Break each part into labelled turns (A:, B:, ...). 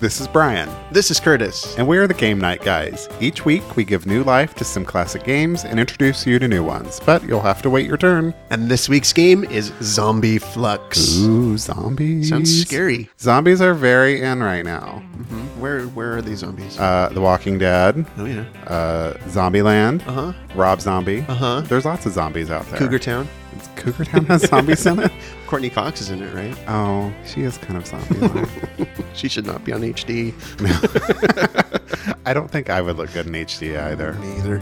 A: This is Brian,
B: This is Curtis.
A: and we are the Game Night Guys. Each week, we give new life to some classic games and introduce you to new ones, but you'll have to wait your turn.
B: And this week's game is Zombie Flux.
A: Ooh, zombies.
B: Sounds scary.
A: Zombies are very in right now.
B: Where where are these zombies?
A: Uh, the Walking Dead,
B: oh yeah.
A: uh, Zombieland,
B: Uh-huh.
A: Rob Zombie.
B: Uh-huh.
A: There's lots of zombies out there.
B: Cougar Town.
A: It's- Cougar Town has zombies in it?
B: Courtney Cox is in it, right?
A: Oh, she is kind of zombie
B: She should not be on HD.
A: I don't think I would look good in HD either.
B: Neither.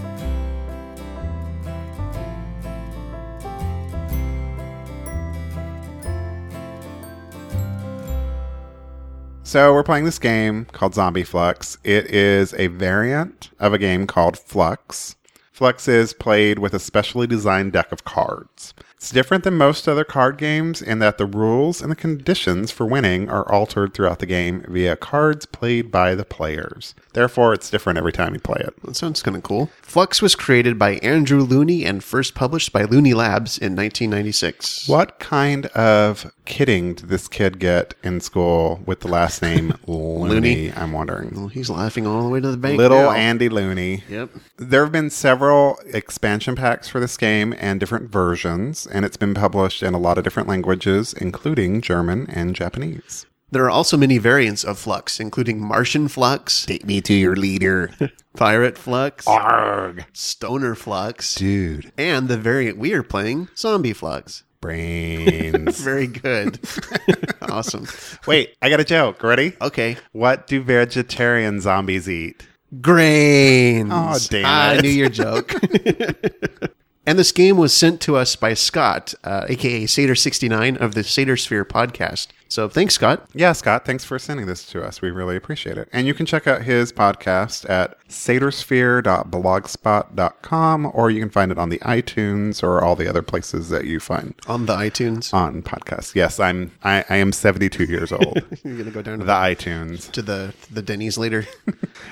A: So we're playing this game called Zombie Flux. It is a variant of a game called Flux. Flux is played with a specially designed deck of cards. It's different than most other card games in that the rules and the conditions for winning are altered throughout the game via cards played by the players. Therefore, it's different every time you play it.
B: That sounds kind of cool. Flux was created by Andrew Looney and first published by Looney Labs in 1996.
A: What kind of kidding did this kid get in school with the last name Looney, I'm wondering.
B: Well, he's laughing all the way to the bank.
A: Little
B: now.
A: Andy Looney.
B: Yep.
A: There have been several expansion packs for this game and different versions, and it's been published in a lot of different languages, including German and Japanese.
B: There are also many variants of Flux, including Martian Flux,
A: Take me to your leader.
B: Pirate Flux,
A: Arg.
B: Stoner Flux,
A: Dude,
B: and the variant we are playing, Zombie Flux.
A: brains.
B: Very good. awesome.
A: Wait, I got a joke. Ready?
B: Okay.
A: What do vegetarian zombies eat?
B: Grains.
A: Aw, damn
B: I
A: it.
B: knew your joke. and this game was sent to us by Scott, uh, aka Sator69 of the Sator Sphere podcast. So thanks, Scott.
A: Yeah, Scott, thanks for sending this to us. We really appreciate it. And you can check out his podcast at satyrosphere.blogspot.com, or you can find it on the iTunes or all the other places that you find
B: On the iTunes.
A: on podcasts. Yes, I'm I, I am 72 years old.
B: You're going to go down to
A: the
B: the,
A: iTunes,
B: to the, the Denny's later.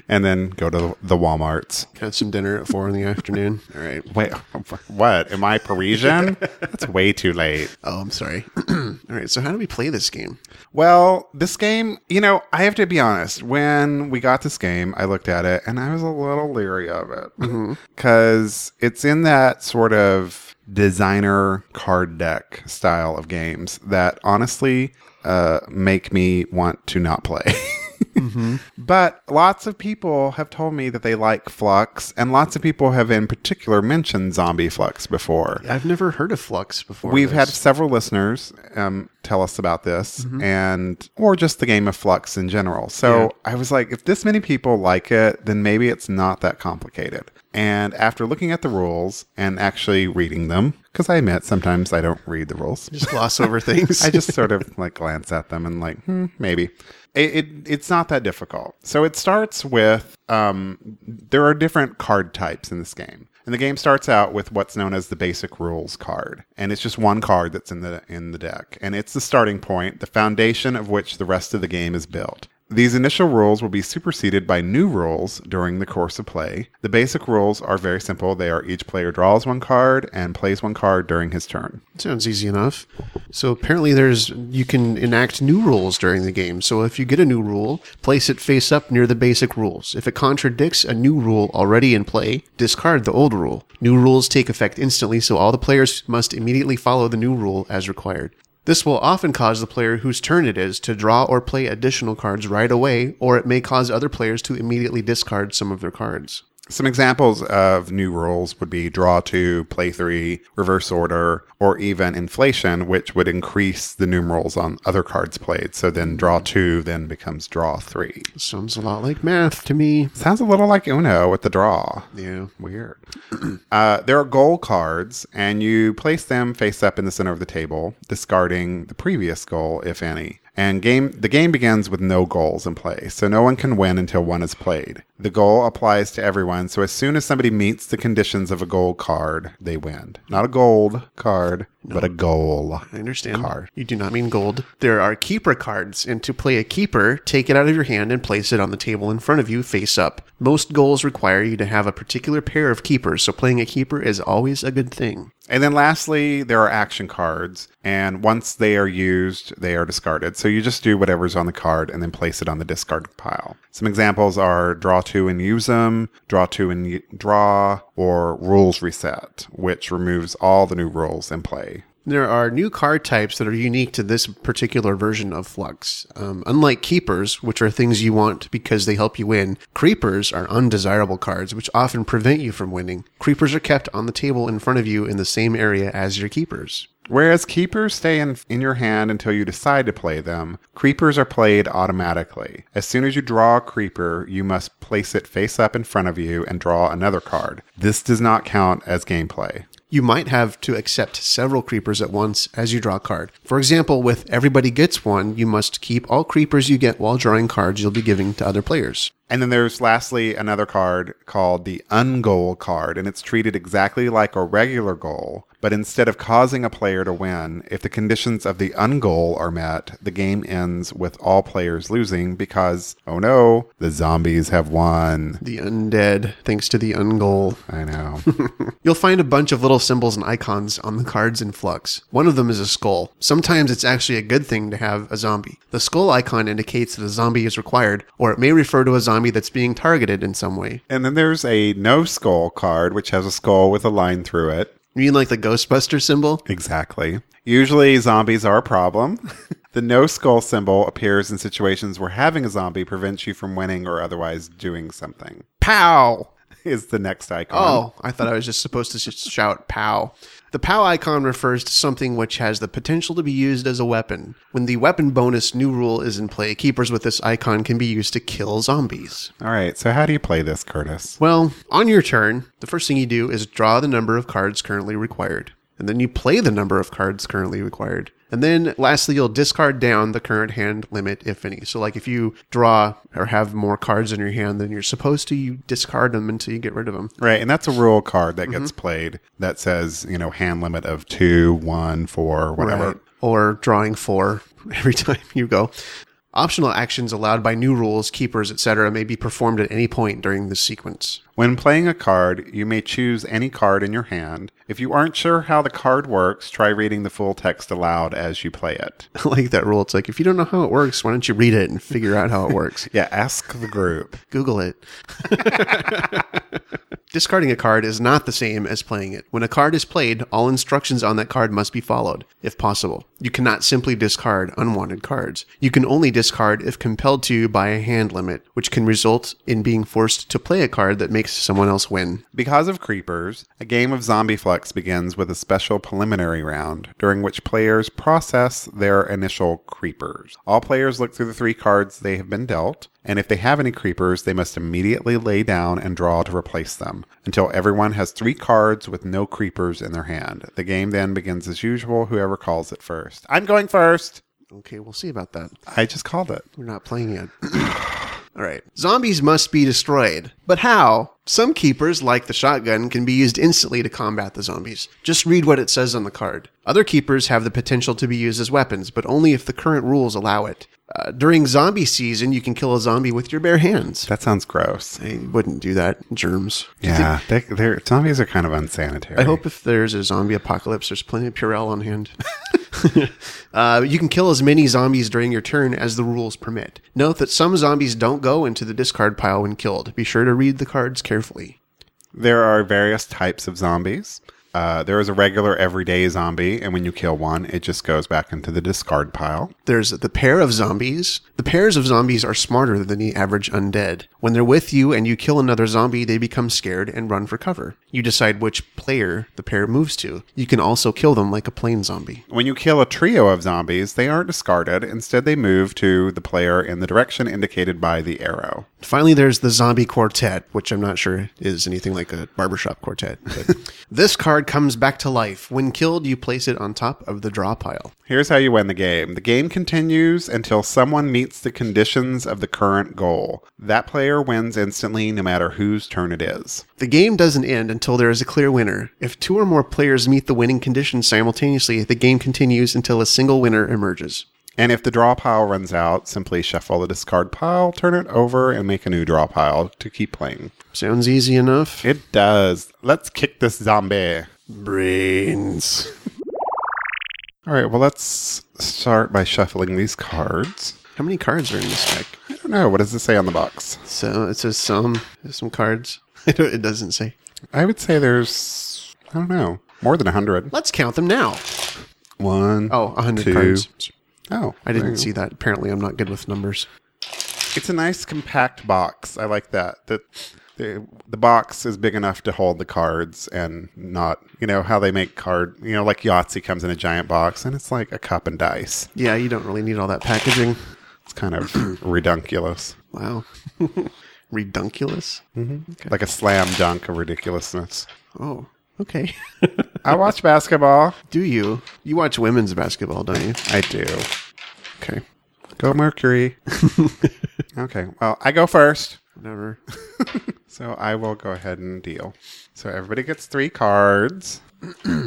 A: and then go to the WalMarts.
B: Have some dinner at four in the afternoon. All right.
A: Wait, what? Am I Parisian? That's way too late.
B: Oh, I'm sorry. All right. So, how do we play this game?
A: Well, this game, you know, I have to be honest. When we got this game, I looked at it and I was a little leery of it because it's in that sort of designer card deck style of games that honestly uh, make me want to not play. But lots of people have told me that they like Flux, and lots of people have in particular mentioned Zombie Flux before.
B: I've never heard of Flux before.
A: We've had
B: this.
A: several listeners um, tell us about this, and or just the game of flux in general. So I was like, if this many people like it, then maybe it's not that complicated. And after looking at the rules and actually reading them, because I admit sometimes I don't read the rules,
B: just gloss over things.
A: I just sort of like glance at them and like, hmm, maybe. It, it it's not that difficult. So it starts with um, there are different card types in this game, and the game starts out with what's known as the basic rules card, and it's just one card that's in the in the deck, and it's the starting point, the foundation of which the rest of the game is built. These initial rules will be superseded by new rules during the course of play. The basic rules are very simple. They are each player draws one card and plays one card during his turn.
B: Sounds easy enough. So apparently, there's you can enact new rules during the game. So if you get a new rule, place it face up near the basic rules. If it contradicts a new rule already in play, discard the old rule. New rules take effect instantly, so all the players must immediately follow the new rule as required. This will often cause the player whose turn it is to draw or play additional cards right away, or it may cause other players to immediately discard some of their cards.
A: Some examples of new rules would be draw two, play three, reverse order, or even inflation, which would increase the numerals on other cards played. So then draw two then becomes draw three.
B: Sounds a lot like math to me.
A: Sounds a little like Uno with the draw.
B: Yeah.
A: Weird. uh, there are goal cards, and you place them face up in the center of the table, discarding the previous goal, if any. And game the game begins with no goals in play, so no one can win until one is played. The goal applies to everyone, so as soon as somebody meets the conditions of a goal card, they win. Not a gold card, but a goal.
B: I understand.
A: Card.
B: You do not mean gold. There are keeper cards, and to play a keeper, take it out of your hand and place it on the table in front of you, face up. Most goals require you to have a particular pair of keepers, so playing a keeper is always a good thing.
A: And then lastly, there are action cards, and once they are used, they are discarded. So you just do whatever's on the card and then place it on the discard pile. Some examples are draw two and use them, draw two and u- draw, or rules reset, which removes all the new rules in play.
B: There are new card types that are unique to this particular version of Flux. Um, unlike Keepers, which are things you want because they help you win, Creepers are undesirable cards which often prevent you from winning. Creepers are kept on the table in front of you in the same area as your Keepers.
A: Whereas keepers stay in, in your hand until you decide to play them, creepers are played automatically. As soon as you draw a creeper, you must place it face up in front of you and draw another card. This does not count as gameplay.
B: You might have to accept several creepers at once as you draw a card. For example, with Everybody Gets One, you must keep all creepers you get while drawing cards you'll be giving to other players.
A: And then there's lastly another card called the ungoal card, and it's treated exactly like a regular goal, but instead of causing a player to win, if the conditions of the ungoal are met, the game ends with all players losing because, oh no, the zombies have won.
B: The undead, thanks to the ungoal.
A: I know.
B: You'll find a bunch of little symbols and icons on the cards in Flux. One of them is a skull. Sometimes it's actually a good thing to have a zombie. The skull icon indicates that a zombie is required, or it may refer to a zombie that's being targeted in some way.
A: and then there's a no skull card, which has a skull with a line through it.
B: You mean like the Ghostbuster symbol?
A: Exactly. Usually, zombies are a problem. the no skull symbol appears in situations where having a zombie prevents you from winning or otherwise doing something.
B: Pow!
A: Is the next icon.
B: Oh, I thought I was just supposed to just shout POW. The POW icon refers to something which has the potential to be used as a weapon. When the weapon bonus new rule is in play, keepers with this icon can be used to kill zombies.
A: All right. So, how do you play this, Curtis?
B: Well, on your turn, the first thing you do is draw the number of cards currently required. And then you play the number of cards currently required. And then lastly, you'll discard down the current hand limit, if any. So, like if you draw or have more cards in your hand than you're supposed to, you discard them until you get rid of them.
A: Right. And that's a rule card that gets played that says, you know, hand limit of two, one, four, whatever.
B: Right. Or drawing four every time you go. Optional actions allowed by new rules, keepers, etc., may be performed at any point during this sequence.
A: When playing a card, you may choose any card in your hand. If you aren't sure how the card works, try reading the full text aloud as you play it.
B: I like that rule. It's like if you don't know how it works, why don't you read it and figure out how it works?
A: Yeah, ask the group.
B: Google it. Discarding a card is not the same as playing it. When a card is played, all instructions on that card must be followed, if possible. You cannot simply discard unwanted cards. You can only discard if compelled to by a hand limit, which can result in being forced to play a card that makes someone else win.
A: Because of creepers, a game of Zombie Flux begins with a special preliminary round during which players process their initial creepers. All players look through the three cards they have been dealt, and if they have any creepers, they must immediately lay down and draw to replace them until everyone has three cards with no creepers in their hand. The game then begins as usual, whoever calls it first. I'm going first!
B: Okay, we'll see about that.
A: I just called it.
B: We're not playing yet. All right. Zombies must be destroyed. But how? Some keepers, like the shotgun, can be used instantly to combat the zombies. Just read what it says on the card. Other keepers have the potential to be used as weapons, but only if the current rules allow it. Uh, during zombie season, you can kill a zombie with your bare hands.
A: That sounds gross.
B: I wouldn't do that. Germs.
A: Yeah, they, they're, zombies are kind of unsanitary.
B: I hope if there's a zombie apocalypse, there's plenty of Purell on hand. uh, you can kill as many zombies during your turn as the rules permit. Note that some zombies don't go into the discard pile when killed. Be sure to read the cards carefully.
A: There are various types of zombies. Uh, there is a regular everyday zombie, and when you kill one, it just goes back into the discard pile.
B: There's the pair of zombies. The pairs of zombies are smarter than the average undead. When they're with you and you kill another zombie, they become scared and run for cover. You decide which player the pair moves to. You can also kill them like a plain zombie.
A: When you kill a trio of zombies, they aren't discarded. Instead, they move to the player in the direction indicated by the arrow.
B: Finally, there's the zombie quartet, which I'm not sure is anything like a barbershop quartet. But this card comes back to life. When killed, you place it on top of the draw pile.
A: Here's how you win the game. The game continues until someone meets the conditions of the current goal. That player wins instantly, no matter whose turn it is.
B: The game doesn't end until there is a clear winner. If two or more players meet the winning conditions simultaneously, the game continues until a single winner emerges.
A: And if the draw pile runs out, simply shuffle the discard pile, turn it over, and make a new draw pile to keep playing.
B: Sounds easy enough.
A: It does. Let's kick this zombie.
B: Brains.
A: All right, well, let's start by shuffling these cards.
B: How many cards are in this deck?
A: I don't know. What does it say on the box?
B: So it says some, there's some cards. I don't- it doesn't say.
A: I would say there's, I don't know, more than 100.
B: Let's count them now.
A: One.
B: Oh, 100
A: two.
B: cards.
A: Oh.
B: I didn't see that. Apparently, I'm not good with numbers.
A: It's a nice compact box. I like that. The, the the box is big enough to hold the cards and not, you know, how they make card, you know, like Yahtzee comes in a giant box and it's like a cup and dice.
B: Yeah, you don't really need all that packaging.
A: It's kind of redunculous.
B: Wow. Redunculous?
A: Like a slam dunk of ridiculousness.
B: Oh, okay.
A: I watch basketball.
B: do you? You watch women's basketball, don't you?
A: I do.
B: Okay.
A: Go Mercury. okay. Well, I go first.
B: Whatever.
A: So I will go ahead and deal. So everybody gets three cards. and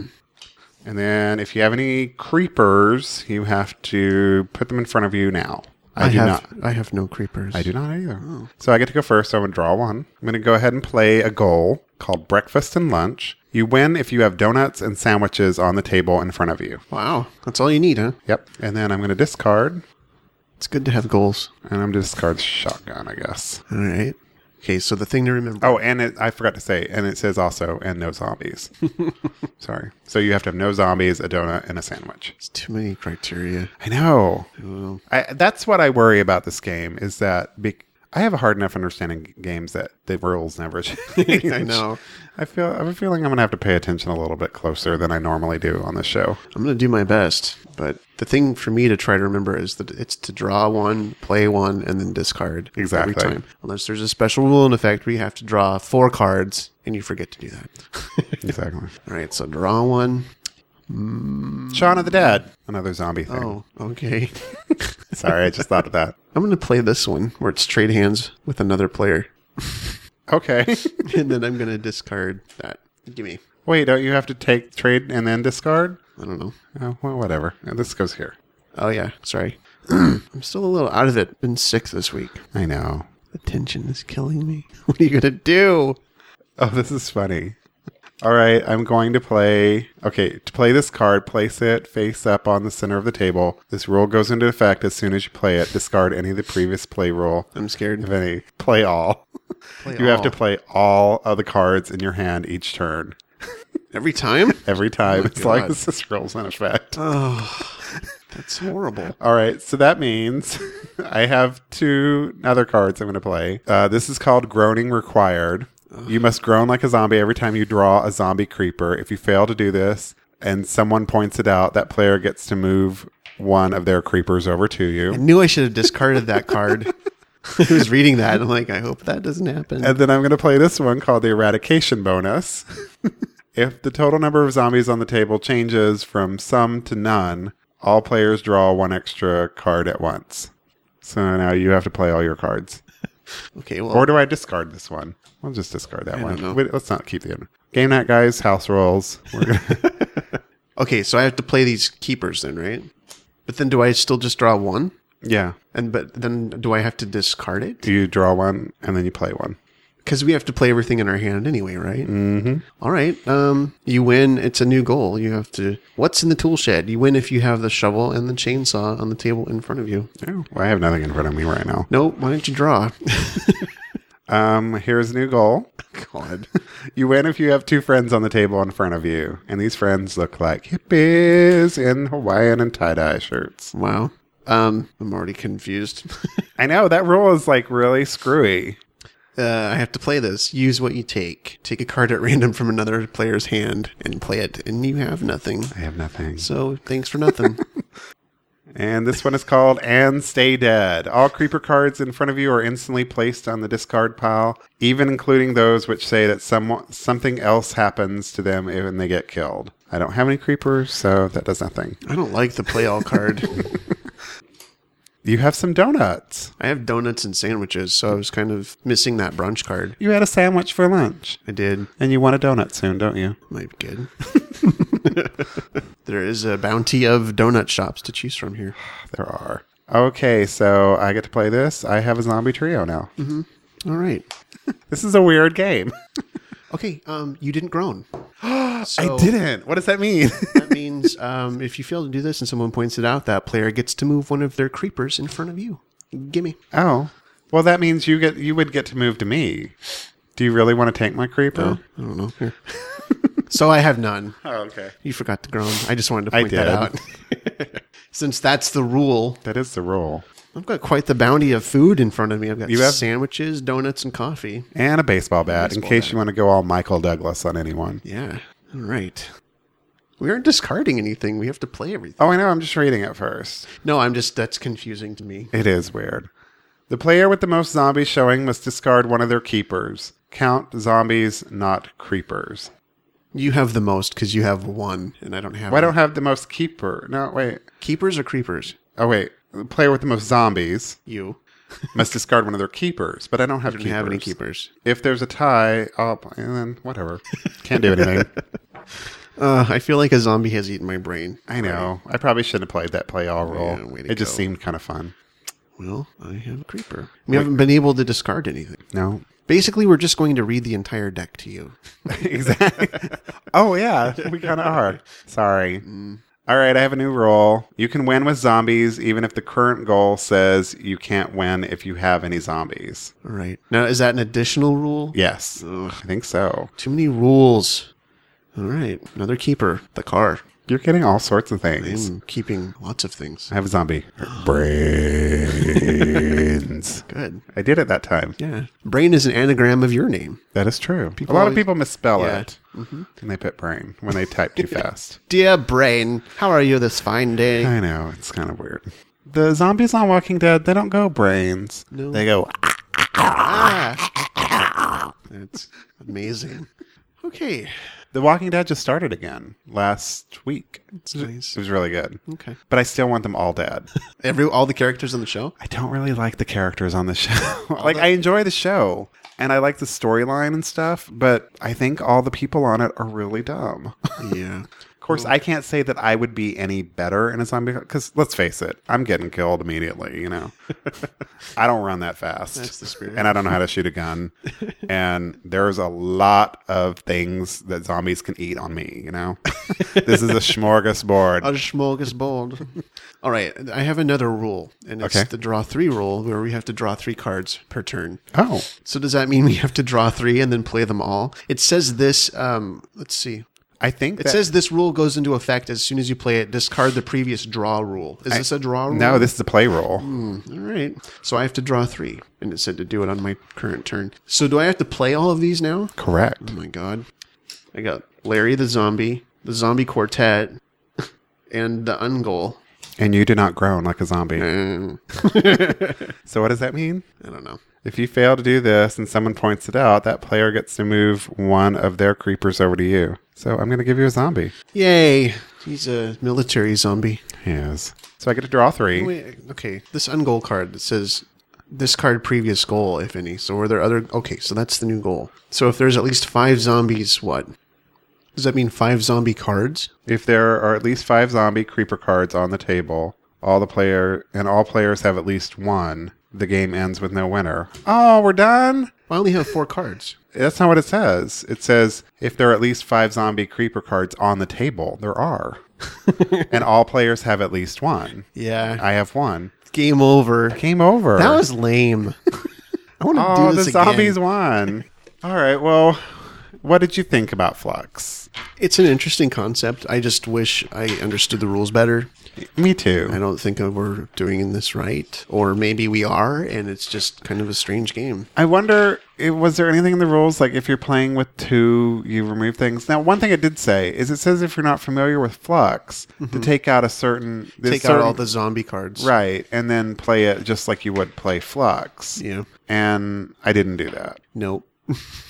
A: then if you have any creepers, you have to put them in front of you now. I,
B: I,
A: do
B: have Oh.
A: not.
B: I have no creepers.
A: I do not either. So I get to go first. So I'm going to draw one. I'm going to go ahead and play a goal called Breakfast and Lunch. You win if you have donuts and sandwiches on the table in front of you.
B: Wow. That's all you need, huh?
A: Yep. And then I'm going to discard.
B: It's good to have goals.
A: And I'm going to discard shotgun, I guess.
B: All right. Okay, so the thing to remember.
A: Oh, and it, I forgot to say, and it says also, and no zombies. Sorry. So you have to have no zombies, a donut, and a sandwich.
B: It's too many criteria.
A: I know.
B: Well,
A: I, that's what I worry about this game is that be, I have a hard enough understanding g- games that the rules never change.
B: I know.
A: I feel I have a feeling I'm gonna have to pay attention a little bit closer than I normally do on this show.
B: I'm going to do my best, but the thing for me to try to remember is that it's to draw one, play one, and then discard
A: Exactly.
B: every time. Unless there's a special rule in effect where you have to draw four cards, and you forget to do that.
A: Exactly.
B: All right, so draw one.
A: Shaun of the Dead, another zombie thing.
B: Oh, okay.
A: Sorry, I just thought of that.
B: I'm going to play this one where it's trade hands with another player,
A: Okay.
B: and then I'm going to discard that. Give me.
A: Wait, don't you have to take trade and then discard?
B: I don't know.
A: Oh, well, whatever. This goes here.
B: Oh yeah, sorry. I'm still a little out of it. Been sick this week.
A: I know.
B: The tension is killing me. What are you gonna do?
A: Oh, this is funny. All right, I'm going to play. Okay, to play this card, place it face up on the center of the table. This rule goes into effect as soon as you play it. Discard any of the previous play rule.
B: I'm
A: If
B: scared.
A: any, play all.
B: Play
A: you have to
B: all.
A: play all of the cards in your hand each turn.
B: every time.
A: Every time. it's like
B: Oh God.
A: this is rules in effect.
B: That's horrible.
A: All right, so that means I have two other cards I'm going to play. Uh, this is called Groaning Required. You must groan like a zombie every time you draw a zombie creeper. If you fail to do this and someone points it out, that player gets to move one of their creepers over to
B: I
A: you.
B: knew I should have discarded that card. I was reading that. I'm like, I hope that doesn't happen.
A: And then I'm going to play this one called the Eradication Bonus. if the total number of zombies on the table changes from some to none, all players draw one extra card at once. So now you have to play all your cards.
B: okay, well,
A: Or do I discard this one? I'll just discard that one.
B: don't know.
A: Wait, let's not keep the other. Game night, guys. House rolls. We're gonna,
B: okay. So I have to play these keepers then, right? But then, do I still just draw one?
A: yeah.
B: And but then, do I have to discard it?
A: You draw one and then you play one.
B: Because we have to play everything in our hand anyway, right? Mm-hmm. All right. Um, you win. It's a new goal. You have to. What's in the tool shed? You win if you have the shovel and the chainsaw on the table in front of you.
A: Oh, well, I have nothing in front of me right now.
B: No, why don't you draw?
A: Um, here's a new goal.
B: God.
A: You win if you have two friends on the table in front of you, and these friends look like hippies in Hawaiian and tie dye shirts.
B: Wow. Um, I'm already confused.
A: I know that rule is like really screwy.
B: uh, I have to play this. Use what you take. Take a card at random from another player's hand and play it, and you have nothing.
A: I have nothing.
B: So thanks for nothing.
A: And this one is called And Stay Dead. All creeper cards in front of you are instantly placed on the discard pile, even including those which say that some, something else happens to them when they get killed. I don't have any creepers, so that does nothing.
B: I don't like the play all card.
A: You have some donuts.
B: I have donuts and sandwiches, so I was kind of missing that brunch card.
A: You had a sandwich for lunch.
B: I did.
A: And you want a donut soon, don't you?
B: Might be good. there is a bounty of donut shops to choose from here.
A: There are. Okay, so I get to play this. I have a zombie trio now.
B: All right.
A: This is a weird game.
B: Okay, um, you didn't groan. Oh.
A: I didn't. What does that mean?
B: that means um, if you fail to do this and someone points it out, that player gets to move one of their creepers in front of you. Gimme.
A: oh. Well, that means you get you would get to move to me. Do you really want to take my creeper?
B: I don't know. Here. so I have none.
A: Oh, okay.
B: You forgot to groan. I just wanted to
A: I
B: point that out. Since that's the rule,
A: That is the rule.
B: I've got quite the bounty of food in front of me. I've got
A: You have-
B: sandwiches, donuts, and coffee.
A: And a baseball bat in case you want to go all Michael Douglas on anyone.
B: Yeah. All right. We aren't discarding anything. We have to play everything.
A: Oh, I know. I'm just reading it first.
B: No, I'm just, that's confusing to me.
A: It is weird. The player with the most zombies showing must discard one of their keepers. Count zombies, not creepers.
B: You have the most because you have one, and I don't have
A: Well, I
B: any.
A: don't have the most keeper. No, wait.
B: Keepers or creepers?
A: Oh, wait. The player with the most zombies
B: You.
A: must discard one of their keepers, but I don't have
B: I don't
A: keepers.
B: have any keepers.
A: If there's a tie, I'll play, and then whatever. Can't do anything.
B: Uh, I feel like a zombie has eaten my brain.
A: I know. I probably shouldn't have played that play all roll.
B: Yeah, way
A: it
B: to
A: just
B: go.
A: seemed kind of fun.
B: Well, I have a creeper. We haven't been able to discard anything.
A: No.
B: Basically, we're just going to read the entire deck to you.
A: exactly. oh yeah, we kind of are. Sorry.
B: Mm.
A: All right, I have a new rule. You can win with zombies, even if the current goal says you can't win if you have any zombies.
B: All right. Now, is that an additional rule?
A: Yes, I think so.
B: Too many rules. All right. Another keeper. The car.
A: You're getting all sorts of things.
B: I'm keeping lots of things.
A: I have a zombie. Brains.
B: Good.
A: I did it that time.
B: Yeah. Brain is an anagram of your name.
A: That is true. a lot of
B: always-
A: people Mm-hmm. misspell
B: Yeah.
A: it, and they put brain when they type too fast.
B: Dear Brain, how are you this fine day?
A: I know it's kind of weird. The zombies on Walking Dead, they don't go brains.
B: No.
A: They go "Ah."
B: That's amazing. Okay.
A: The Walking Dead just started again last week.
B: It's nice.
A: It was really good.
B: Okay.
A: But I still want them all dead.
B: Every all the characters on the show?
A: I don't really like the characters on the show. like I enjoy the show and I like the storyline and stuff, but I think all the people on it are really dumb. of
B: Yeah.
A: course, I can't say that I would be any better in a zombie cuz let's face it, I'm getting killed immediately, you know. I don't run that fast.
B: That's the spirit.
A: And I don't know how to shoot a gun. and there's a lot of things that zombies can eat on me, you know? this is a smorgasbord.
B: A smorgasbord. all right. I have another rule, and it's
A: Okay.
B: the draw three rule where we have to draw three cards per turn.
A: Oh,
B: So does that mean we have to draw three and then play them all? It says this. Um, let's see.
A: I think
B: It
A: that-
B: says this rule goes into effect as soon as you play it. Discard the previous draw rule. Is this a draw rule?
A: no. This is a play roll.
B: All right. So I have to draw three, and it said to do it on my current turn. So do I have to play all of these now?
A: Correct.
B: Oh my god. I got Larry the Zombie, the Zombie Quartet, and the Ungol.
A: And you do not groan like a zombie.
B: Mm,
A: So what does that mean?
B: I don't know.
A: If you fail to do this and someone points it out, that player gets to move one of their creepers over to you. So I'm going to give you a zombie.
B: Yay! He's a military zombie.
A: Yes. So I get to draw three.
B: Wait, okay. This Ungol card that says discard previous goal, if any. So were there other? Okay, so that's the new goal. So if there's at least five zombies, what? Does that mean five zombie cards?
A: If there are at least five zombie creeper cards on the table, all the player and all players have at least one. The game ends with no winner. Oh, we're done.
B: I only have four cards.
A: That's not what it says. It says if there are at least five zombie creeper cards on the table, there are, and all players have at least one.
B: Yeah.
A: I have one.
B: Game over.
A: Game over.
B: That was lame. I want to
A: oh,
B: do
A: the
B: this again.
A: zombies won. All right. Well, what did you think about Flux?
B: It's an interesting concept. I just wish I understood the rules better.
A: Me too.
B: I don't think we're doing this right, or maybe we are, and it's just kind of a strange game.
A: I wonder, eh, was there anything in the rules like if you're playing with two, you remove things? Now, one thing it did say is it says if you're not familiar with Flux, to take out a certain there's
B: Mm-hmm. Take out all
A: certain-
B: the zombie cards.
A: right, and then play it just like you would play Flux.
B: Yeah.
A: And I didn't do that
B: Nope.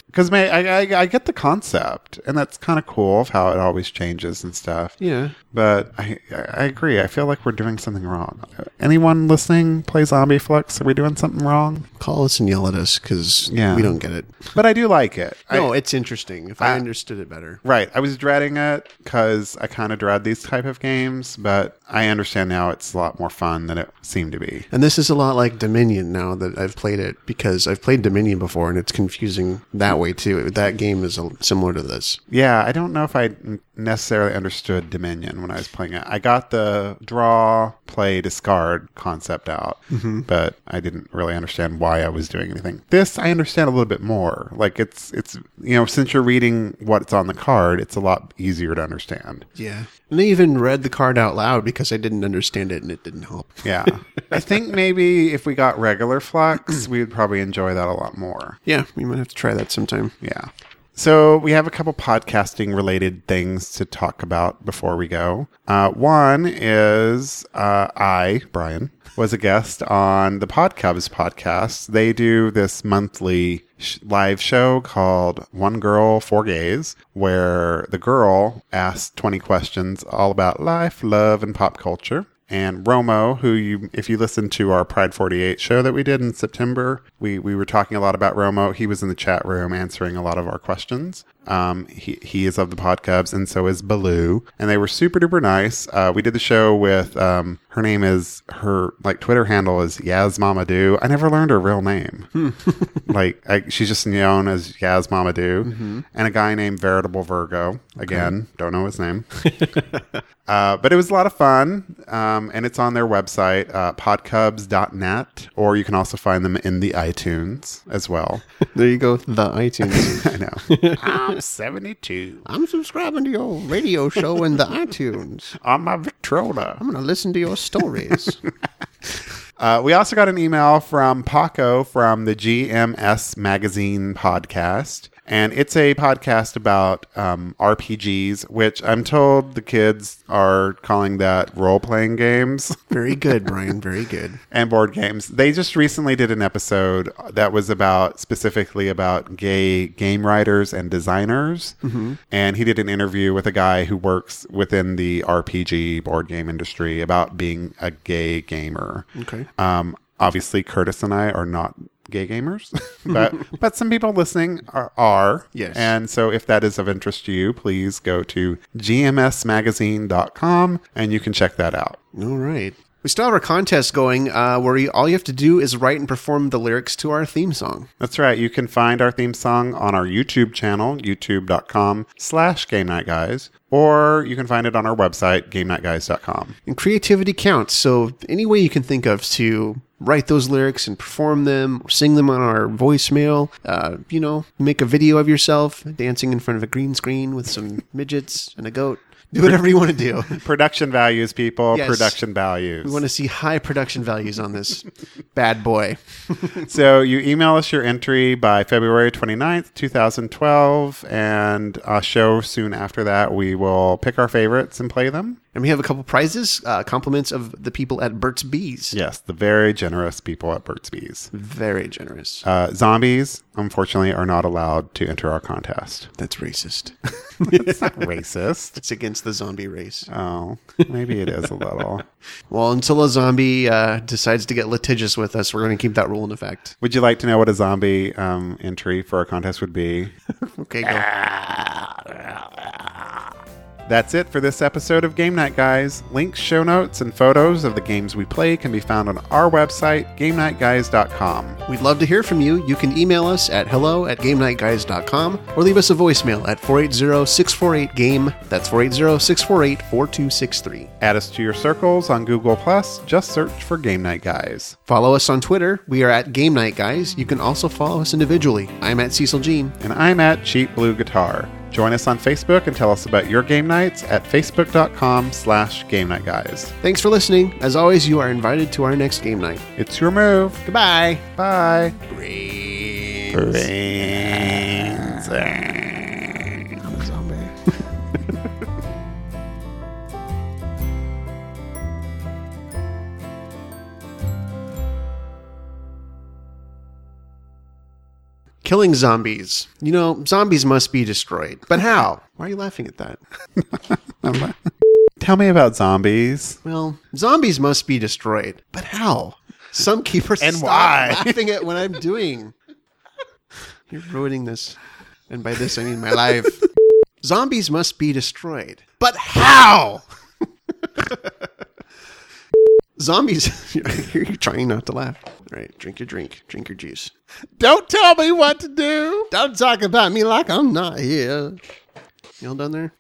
A: because I, I I get the concept, and that's kind of cool of how it always changes and stuff.
B: Yeah.
A: But I I agree. I feel like we're doing something wrong. Anyone listening play Zombie Flux? Are we doing something wrong?
B: Call us and yell at us because
A: Yeah.
B: we don't get it.
A: But I do like it. I-
B: No, it's interesting. If I understood it better.
A: Right. I was dreading it because I kind of dread these type of games, but I understand now it's a lot more fun than it seemed to be.
B: And this is a lot like Dominion now that I've played it because I've played Dominion before and it's confusing that way too. That game is uh, similar to this.
A: Yeah, I don't know if I n- necessarily understood Dominion when I was playing it. I got the draw, play, discard concept out, but I didn't really understand why I was doing anything. This I understand a little bit more. Like it's it's you know since you're reading what's on the card, it's a lot easier to understand.
B: Yeah. And I even read the card out loud because I didn't understand it and it didn't help.
A: Yeah, I think maybe if we got regular flux, we would probably enjoy that a lot more.
B: Yeah, we might have to try that sometime.
A: Yeah. So we have a couple podcasting related things to talk about before we go. Uh, one is uh, I, Brian, was a guest on the Podcubs podcast. They do this monthly sh- live show called One Girl, Four Gays, where the girl asks 20 questions all about life, love, and pop culture. And Romo, who you, if you listen to our Pride 48 show that we did in September, we, we were talking a lot about Romo. He was in the chat room answering a lot of our questions. Um, he, he is of the Podcubs, and so is Baloo. And they were super duper nice. Uh, we did the show with, um, her name is, her like Twitter handle is Yaz Mama Do. I never learned her real name. like, I, she's just known as Yaz Mama Do. And a guy named Veritable Virgo. Again, don't know his name. Uh, but it was a lot of fun, um, and it's on their website, uh, podcubs.net, or you can also find them in the iTunes as well.
B: There you go, the iTunes.
A: I know. I'm 72
B: I'm subscribing to your radio show in the iTunes.
A: on my Victrola.
B: I'm going to listen to your stories.
A: Uh, we also got an email from Paco from the GMS Magazine podcast. And it's a podcast about um, RPGs, which I'm told the kids are calling that role playing games.
B: very good, Brian. Very good.
A: and board games. They just recently did an episode that was about specifically about gay game writers and designers.
B: Mm-hmm.
A: And he did an interview with a guy who works within the RPG board game industry about being a gay gamer.
B: Okay.
A: Um, obviously, Curtis and I are not gay gamers, but but some people listening are. are
B: Yes.
A: And so, if that is of interest to you, please go to gmsmagazine.com and you can check that out.
B: All right. We still have our contest going uh, where you, all you have to do is write and perform the lyrics to our theme song.
A: That's right. You can find our theme song on our YouTube channel, youtube.com slash game night guys, or you can find it on our website, gamenightguys.com.
B: And creativity counts. So, any way you can think of to write those lyrics and perform them, sing them on our voicemail, uh, you know, make a video of yourself dancing in front of a green screen with some midgets and a goat. Do whatever you want to do.
A: Production values, people.
B: Yes.
A: Production values.
B: We want to see high production values on this bad boy.
A: so you email us your entry by February 29th, 2012, and a show soon after that, we will pick our favorites and play them.
B: And we have a couple prizes, uh, compliments of the people at Burt's Bees.
A: Yes, the very generous people at Burt's Bees.
B: Very generous.
A: Uh, zombies, unfortunately, are not allowed to enter our contest.
B: That's racist.
A: It's not racist.
B: It's against the zombie race.
A: Oh, maybe it is a little.
B: Well, until a zombie uh, decides to get litigious with us, we're going to keep that rule in effect.
A: Would you like to know what a zombie um, entry for a contest would be?
B: Okay, go.
A: That's it for this episode of Game Night Guys. Links, show notes, and photos of the games we play can be found on our website, GameNightGuys.com.
B: We'd love to hear from you. You can email us at hello at gamenightguys.com or leave us a voicemail at 480-648-GAME. That's 480-648-4263.
A: Add us to your circles on Google Plus. Just search for Game Night Guys.
B: Follow us on Twitter. We are at Game Night Guys. You can also follow us individually. I'm at Cecil Jean.
A: And I'm at Cheap Blue Guitar. Join us on Facebook and tell us about your game nights at facebook.com slash game night guys.
B: Thanks for listening. As always, you are invited to our next game night.
A: It's your move.
B: Goodbye.
A: Bye.
B: Killing zombies. You know, zombies must be destroyed. But how? Why are you laughing at that?
A: Tell me about zombies.
B: Well, zombies must be destroyed. But how? Some keepers
A: And
B: stop
A: why?
B: laughing at what I'm doing. You're ruining this. And by this I mean my life. zombies must be destroyed. But how? zombies you're trying not to laugh. All right, drink your drink, drink your juice.
A: Don't tell me what to do.
B: Don't talk about me like I'm not here. Y'all done there?